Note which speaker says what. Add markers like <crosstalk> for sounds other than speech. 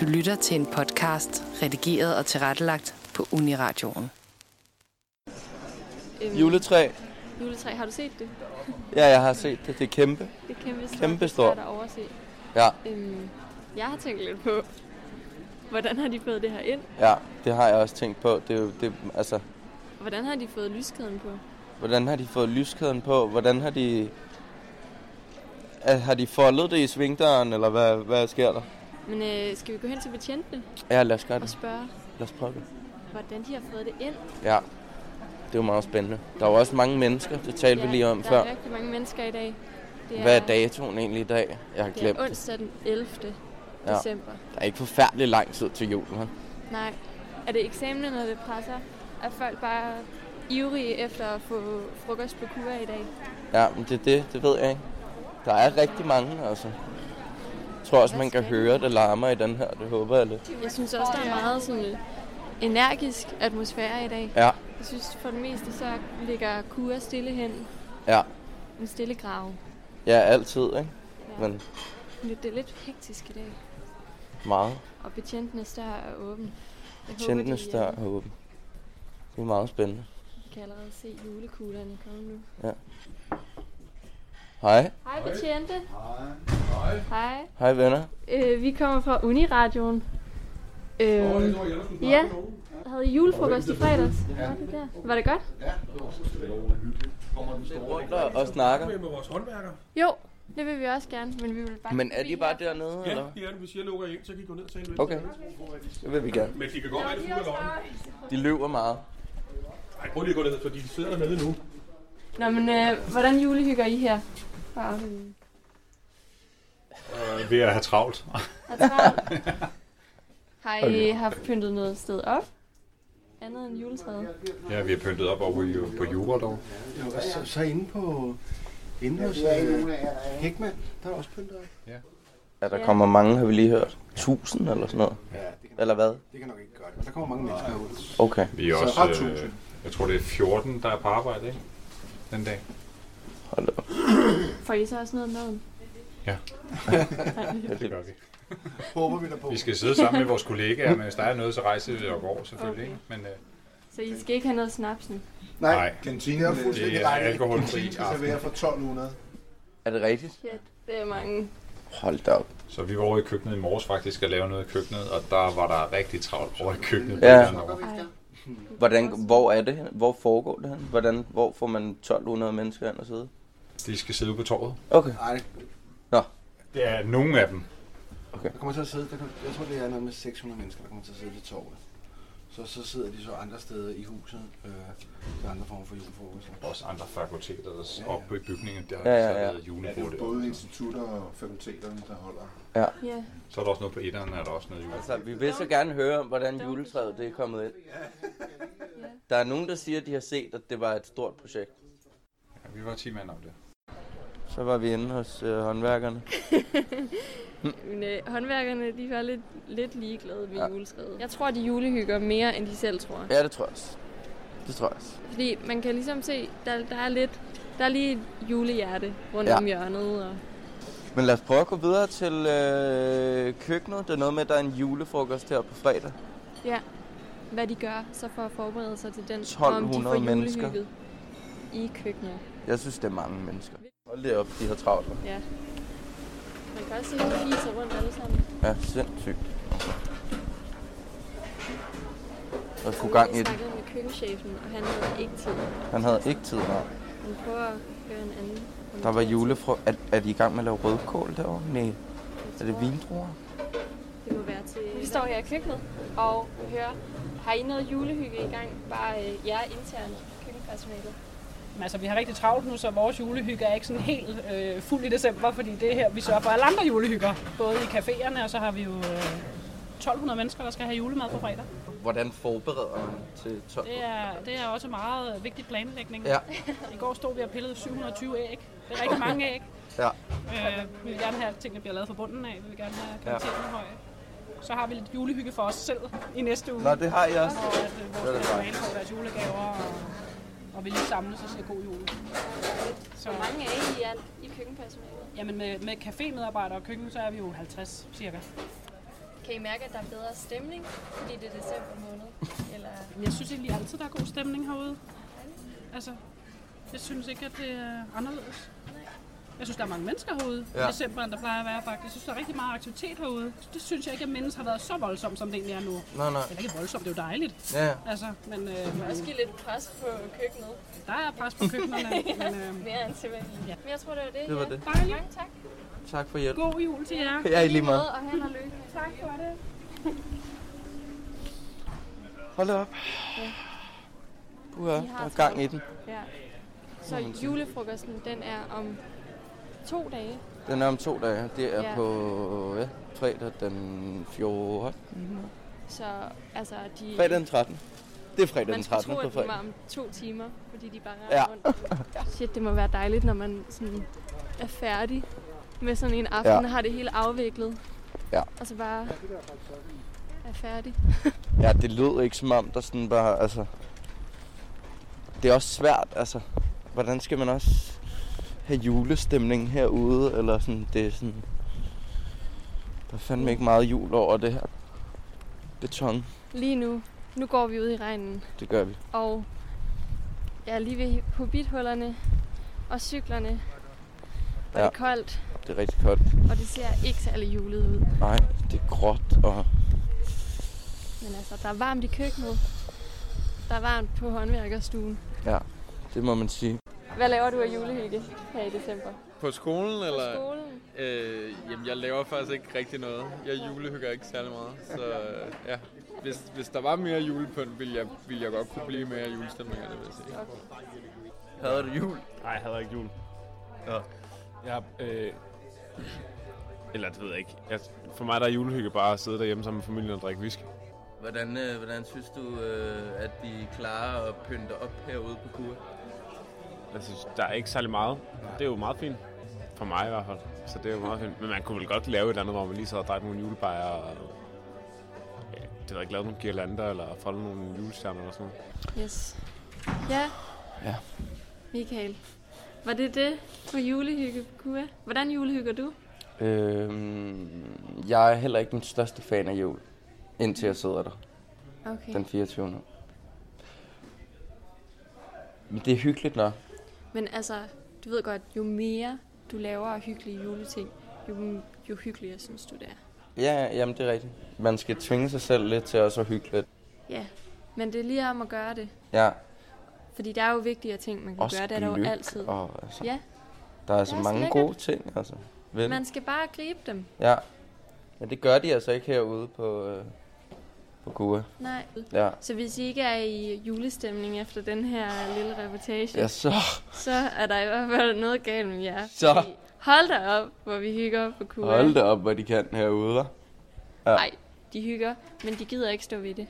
Speaker 1: Du lytter til en podcast, redigeret og tilrettelagt på Uniradioen.
Speaker 2: Øhm,
Speaker 3: Juletræ.
Speaker 2: Juletræ, har du set det?
Speaker 3: Ja, jeg har set det. Det er kæmpe.
Speaker 2: Det er kæmpe stort.
Speaker 3: Kæmpe
Speaker 2: det er
Speaker 3: stort.
Speaker 2: svært at overse.
Speaker 3: Ja,
Speaker 2: Øhm, jeg har tænkt lidt på, hvordan har de fået det her ind?
Speaker 3: ja. Det har jeg også tænkt på. Det er jo, det, altså,
Speaker 2: Hvordan har de fået lyskæden på?
Speaker 3: hvordan har de fået lyskæden på? Hvordan har de... Er, har de foldet det i svingdøren, eller hvad, hvad sker der?
Speaker 2: Men øh, skal vi gå hen til betjentene
Speaker 3: Ja, lad os gøre
Speaker 2: og
Speaker 3: det.
Speaker 2: spørge,
Speaker 3: Lad os prøve det.
Speaker 2: hvordan de har fået det ind?
Speaker 3: Ja, det er jo meget spændende. Der er jo også mange mennesker, det talte vi lige om
Speaker 2: der
Speaker 3: før.
Speaker 2: er rigtig mange mennesker i dag. Det
Speaker 3: Hvad er datoen egentlig i dag? Jeg har
Speaker 2: Det
Speaker 3: glemt.
Speaker 2: er onsdag den 11.
Speaker 3: Ja.
Speaker 2: december.
Speaker 3: Der er ikke forfærdelig lang tid til jul, hva'?
Speaker 2: Nej. Er det eksamenen, når det presser? Er folk bare ivrige efter at få frokost på kur i dag?
Speaker 3: Ja, men det er det, det ved jeg ikke. Der er rigtig mange, altså. Jeg tror også,
Speaker 2: Hvad
Speaker 3: man kan
Speaker 2: skal
Speaker 3: høre, det larmer i den her. Det håber jeg lidt.
Speaker 2: Jeg synes også, der er meget sådan energisk atmosfære i dag.
Speaker 3: Ja,
Speaker 2: Jeg synes for det meste, så ligger Kura stille hen.
Speaker 3: ja.
Speaker 2: En stille grav.
Speaker 3: Ja, altid, ikke?
Speaker 2: Ja.
Speaker 3: Men
Speaker 2: Men Det er lidt hektisk i dag.
Speaker 3: meget.
Speaker 2: Og betjentenes dør er åben. Jeg
Speaker 3: Tjentene
Speaker 2: håber, de,
Speaker 3: større og åben. Det er meget spændende.
Speaker 2: øh, kan allerede se julekuglerne komme nu.
Speaker 3: Hej.
Speaker 2: Hej betjente. Hej. Hej.
Speaker 3: Hej venner.
Speaker 2: Øh, vi kommer fra Uniradioen. Øh, ja. Havde I julefrokost i fredags? Ja. Var det der? Var det godt?
Speaker 3: Det er rundt og, og snakker.
Speaker 4: med vores håndværker.
Speaker 2: Jo, det vil vi også gerne, men vi vil bare...
Speaker 3: Men er de
Speaker 2: forbi
Speaker 3: bare
Speaker 2: her.
Speaker 3: dernede,
Speaker 4: Ja,
Speaker 3: eller?
Speaker 4: de er det. Hvis jeg lukker ind, så kan I gå ned og tage en øl.
Speaker 3: Okay. Det vil vi gerne.
Speaker 4: Men de kan godt være det fulde løgn.
Speaker 3: De løber meget.
Speaker 4: Ej, prøv lige at gå ned, fordi de sidder dernede nu.
Speaker 2: Nå, men øh, hvordan julehygger I her? Bare, øh,
Speaker 5: Øh, Ved at have travlt.
Speaker 2: Har travlt.
Speaker 5: <laughs>
Speaker 2: Har I haft pyntet noget sted op? Andet end juletræet?
Speaker 5: Ja, vi har pyntet op over i- på Jura dog.
Speaker 6: Og så, så inde på inde hos øh, Hækman, der er også pyntet op.
Speaker 3: Ja, der
Speaker 2: Ja.
Speaker 3: kommer mange, har vi lige hørt. Tusind eller sådan noget.
Speaker 6: Ja, det kan,
Speaker 3: Eller hvad?
Speaker 6: det kan nok ikke gøre det, men der kommer mange mennesker ud.
Speaker 3: Okay.
Speaker 5: Vi er
Speaker 6: Så
Speaker 5: også,
Speaker 6: ret
Speaker 5: øh,
Speaker 6: tusind.
Speaker 5: jeg tror det er 14, der er på arbejde, ikke? Den dag.
Speaker 3: Hold da op.
Speaker 2: Får I så også noget mad?
Speaker 5: Det gør vi.
Speaker 6: Håber vi der på.
Speaker 5: Vi skal sidde sammen med vores kollegaer, men hvis der er noget, så rejser vi og går selvfølgelig. Ikke? Men øh,
Speaker 2: Så I skal ikke have noget snapsen?
Speaker 5: Nej.
Speaker 6: Kantinen, det er jo fuldstændig
Speaker 5: det er
Speaker 6: ret.
Speaker 5: alkoholfri
Speaker 6: Kantinen skal
Speaker 5: aften.
Speaker 6: servere for 1200.
Speaker 3: Er det rigtigt?
Speaker 2: Ja, det er mange.
Speaker 3: Hold da op.
Speaker 5: så vi var over i køkkenet i morges faktisk og lavede noget i køkkenet, og der var der rigtig travlt over i køkkenet.
Speaker 3: Ja.
Speaker 5: Derovre.
Speaker 2: Ej.
Speaker 3: Hvordan, hvor er det henne? Hvor foregår det henne? Hvordan, hvor får man 1200 mennesker ind og sidde?
Speaker 5: De skal sidde ude på torvet.
Speaker 3: Okay.
Speaker 6: Nej,
Speaker 5: Det er nogle af dem.
Speaker 6: der kommer til at sidde, der, kommer- jeg tror det er noget med 600 mennesker, der kommer til at sidde ved torvet. Så, så sidder de så andre steder i huset, øh, til andre former for julefrokost.
Speaker 5: Også andre fakulteter, der
Speaker 6: Ja,
Speaker 5: ja,
Speaker 6: ja.
Speaker 5: oppe i bygningen, der har
Speaker 3: Ja,
Speaker 5: ja,
Speaker 3: ja, ja.
Speaker 5: ja, ja.
Speaker 7: Ja, det er jo
Speaker 5: julebord.
Speaker 7: både institutter og fakulteterne, der holder.
Speaker 2: Ja.
Speaker 5: Så er der også noget på etteren, er der også noget jule.
Speaker 3: Altså, vi vil så gerne høre om, hvordan juletræet det er kommet ind. Der er nogen, der siger, at de har set, at det var et stort projekt.
Speaker 5: Ja, vi var 10 mand om det.
Speaker 3: Så var vi inde hos øh, håndværkerne.
Speaker 2: Men øh, håndværkerne, de var lidt, lidt ligeglade med
Speaker 3: Ja.
Speaker 2: ja. juletræet. Jeg tror, de julehygger mere, end de selv tror.
Speaker 3: Ja, det tror jeg også. Det tror jeg også.
Speaker 2: Fordi man kan ligesom se, der, der er lidt... Der er lige et julehjerte rundt
Speaker 3: Ja.
Speaker 2: ja. om hjørnet. Og...
Speaker 3: Men lad os prøve at gå videre til øh, køkkenet. Det er noget med, at der er en julefrokost her på fredag.
Speaker 2: Ja, hvad de gør så for at forberede sig til den, og om de
Speaker 3: 1200
Speaker 2: får
Speaker 3: mennesker.
Speaker 2: julehygget i køkkenet.
Speaker 3: Jeg synes, det er mange mennesker. Hold det op, de har travlt.
Speaker 2: Ja. Man kan også se, at de fiser rundt alle sammen.
Speaker 3: Ja, sindssygt. Der skulle gang i
Speaker 2: Jeg
Speaker 3: det.
Speaker 2: snakkede med køkkenchefen, og han havde ikke tid.
Speaker 3: Han havde ikke tid her.
Speaker 2: Han prøver at gøre en anden.
Speaker 3: Der var julefro... Er, er de i gang med at lave rødkål derovre? Nej. Er det vindruer?
Speaker 2: Det må være til... Vi står her i køkkenet og hører, har I noget julehygge i gang? Bare øh, jer interne køkkenpersonalet.
Speaker 8: Men Altså, vi har rigtig travlt nu, så vores julehygge er ikke sådan helt øh, fuld i december, fordi det er her, vi sørger for alle andre julehygger. Både i caféerne, og så har vi jo øh, 1200 mennesker, der skal have julemad på fredag.
Speaker 3: Hvordan forbereder man til 12?
Speaker 8: Det er, det er også meget øh, vigtig planlægning.
Speaker 3: Ja.
Speaker 8: I går stod vi og pillede 720 æg. Det er rigtig mange æg.
Speaker 3: Ja.
Speaker 8: Øh, vi vil gerne have, at tingene bliver lavet fra bunden af. Vi vil gerne have
Speaker 3: Ja.
Speaker 8: kvaliteten ja. høj. Så har vi lidt julehygge for os selv i næste uge.
Speaker 3: Nå, det har jeg også.
Speaker 8: Og at øh,
Speaker 3: Det er da
Speaker 8: vores personale får deres julegaver, og, og vi lige samles og siger god jul. Så,
Speaker 2: Hvor mange er I i alt i køkkenpersonalet?
Speaker 8: Jamen med, med cafémedarbejdere og køkken, så er vi jo 50 cirka.
Speaker 2: Kan I mærke, at der er bedre stemning, fordi det er december måned? Eller
Speaker 8: Jeg synes egentlig altid, der er god stemning herude. Altså, jeg synes ikke, at det er anderledes. Jeg synes, der er mange mennesker herude ja.
Speaker 3: Ja.
Speaker 8: i december, end der plejer at være faktisk. Jeg synes, der er rigtig meget aktivitet herude. Det synes jeg ikke, at mennesker har været så voldsomt, som det egentlig er nu.
Speaker 3: Nej, nej.
Speaker 8: Eller ikke voldsomt, det er jo dejligt.
Speaker 3: Ja, ja.
Speaker 8: Altså, men øh,
Speaker 2: måske lidt pres på køkkenet,
Speaker 8: der er pres på køkkenerne. men, øh,
Speaker 2: mere end til vanlig.
Speaker 8: Ja.
Speaker 2: Men jeg tror, det var det.
Speaker 3: Det var
Speaker 2: ja.
Speaker 3: det.
Speaker 8: dejligt.
Speaker 2: Mange tak.
Speaker 3: Tak for hjælp.
Speaker 8: God jul til jer.
Speaker 3: Ja, i lige meget.
Speaker 2: Og held og lykke. Tak for det.
Speaker 3: Hold da op. Puha, der
Speaker 2: har
Speaker 3: er gang i den.
Speaker 2: Ja. Så julefrokosten, den er om to dage.
Speaker 3: Den er om to dage. Det er
Speaker 2: Ja.
Speaker 3: ja. på ja, fredag den 14.
Speaker 2: Så altså, de...
Speaker 3: Fredag den 13. Det er fredag
Speaker 2: man
Speaker 3: den
Speaker 2: skulle
Speaker 3: 13.
Speaker 2: tro,
Speaker 3: på
Speaker 2: at den var
Speaker 3: fredag.
Speaker 2: om to timer, fordi de bare
Speaker 3: Ja.
Speaker 2: ja.
Speaker 3: <laughs>
Speaker 2: rundt. Shit, det må være dejligt, når man sådan er færdig med sådan en aften,
Speaker 3: Ja.
Speaker 2: ja. har det hele afviklet.
Speaker 3: Ja.
Speaker 2: Og så bare er færdig.
Speaker 3: Ja, det lød ikke som om, der sådan bare, altså... Det er også svært, altså. Hvordan skal man også have julestemning herude, eller sådan, det er sådan... Der er fandme ikke meget jul over det her beton.
Speaker 2: Lige nu, nu går vi ud i regnen,
Speaker 3: Det gør vi.
Speaker 2: og jeg er lige ved hobbithullerne og cyklerne. Og
Speaker 3: Ja.
Speaker 2: det er koldt,
Speaker 3: Det er rigtig koldt.
Speaker 2: og det ser ikke særlig julet ud.
Speaker 3: Nej, det er gråt, og
Speaker 2: Men altså, der er varmt i køkkenet. Der er varmt på håndværkerstuen.
Speaker 3: det må man sige.
Speaker 2: Hvad laver du af julehygge her i december?
Speaker 9: På skolen,
Speaker 2: På
Speaker 9: eller?
Speaker 2: skolen?
Speaker 9: Øh, jamen, jeg laver faktisk ikke rigtig noget. Jeg julehygger ikke særlig meget, så øh, ja. Hvis, hvis der var mere julepynt, ville jeg, ville jeg godt kunne blive mere julestemning, det vil jeg sige.
Speaker 3: Havde du jul?
Speaker 10: Nej, jeg hader ikke jul.
Speaker 3: Nå.
Speaker 10: Jeg, øh, <clears throat> eller det ved jeg ikke. Jeg, for mig der er julehygge bare at sidde derhjemme sammen med familien og drikke whisky.
Speaker 11: Hvordan, øh, hvordan synes du, øh, at vi klarer at pynte op herude på Kua?
Speaker 10: Jeg synes, Altså, der er ikke særlig meget. Det er jo meget fint. For mig i hvert fald. Så det er jo meget fint. Men man kunne vel godt lave et eller andet, hvor man lige sad og drak nogle julebajer og... Ja, det ved jeg ikke, lavet nogle girlander eller folde nogle julestjerner eller sådan noget.
Speaker 2: Yes. Ja.
Speaker 3: Ja.
Speaker 2: Michael, var det det for julehygge, Kua? Hvordan julehygger du?
Speaker 3: Øhm, jeg er heller ikke den største fan af jul, indtil jeg sidder der.
Speaker 2: Okay.
Speaker 3: Den 24. Men det er hyggeligt nok.
Speaker 2: Men altså, du ved godt, jo mere du laver af hyggelige juleting, jo, jo hyggeligere synes du det er.
Speaker 3: Ja, ja, jamen det er rigtigt. Man skal tvinge sig selv lidt til også at hygge lidt.
Speaker 2: Ja, men det er lige om at gøre det.
Speaker 3: Ja,
Speaker 2: Fordi der er jo vigtigere ting, man kan
Speaker 3: også
Speaker 2: gøre. Det er der jo
Speaker 3: gløgg,
Speaker 2: altid.
Speaker 3: Og, altså,
Speaker 2: Ja.
Speaker 3: Der er så
Speaker 2: Det er så
Speaker 3: mange
Speaker 2: lækkert.
Speaker 3: gode ting, altså. Vel?
Speaker 2: Man skal bare gribe dem.
Speaker 3: Ja. Men det gør de altså ikke herude på, øh, på Kua.
Speaker 2: Nej.
Speaker 3: Ja.
Speaker 2: Så hvis I ikke er i julestemning efter den her lille reportage,
Speaker 3: Ja, så.
Speaker 2: så er der i hvert fald noget galt med jer.
Speaker 3: Så.
Speaker 2: Fordi Hold da op, hvor vi hygger på Cuba.
Speaker 3: Hold da op, hvad de kan herude, hva'?
Speaker 2: Nej, de hygger, men de gider ikke stå ved det.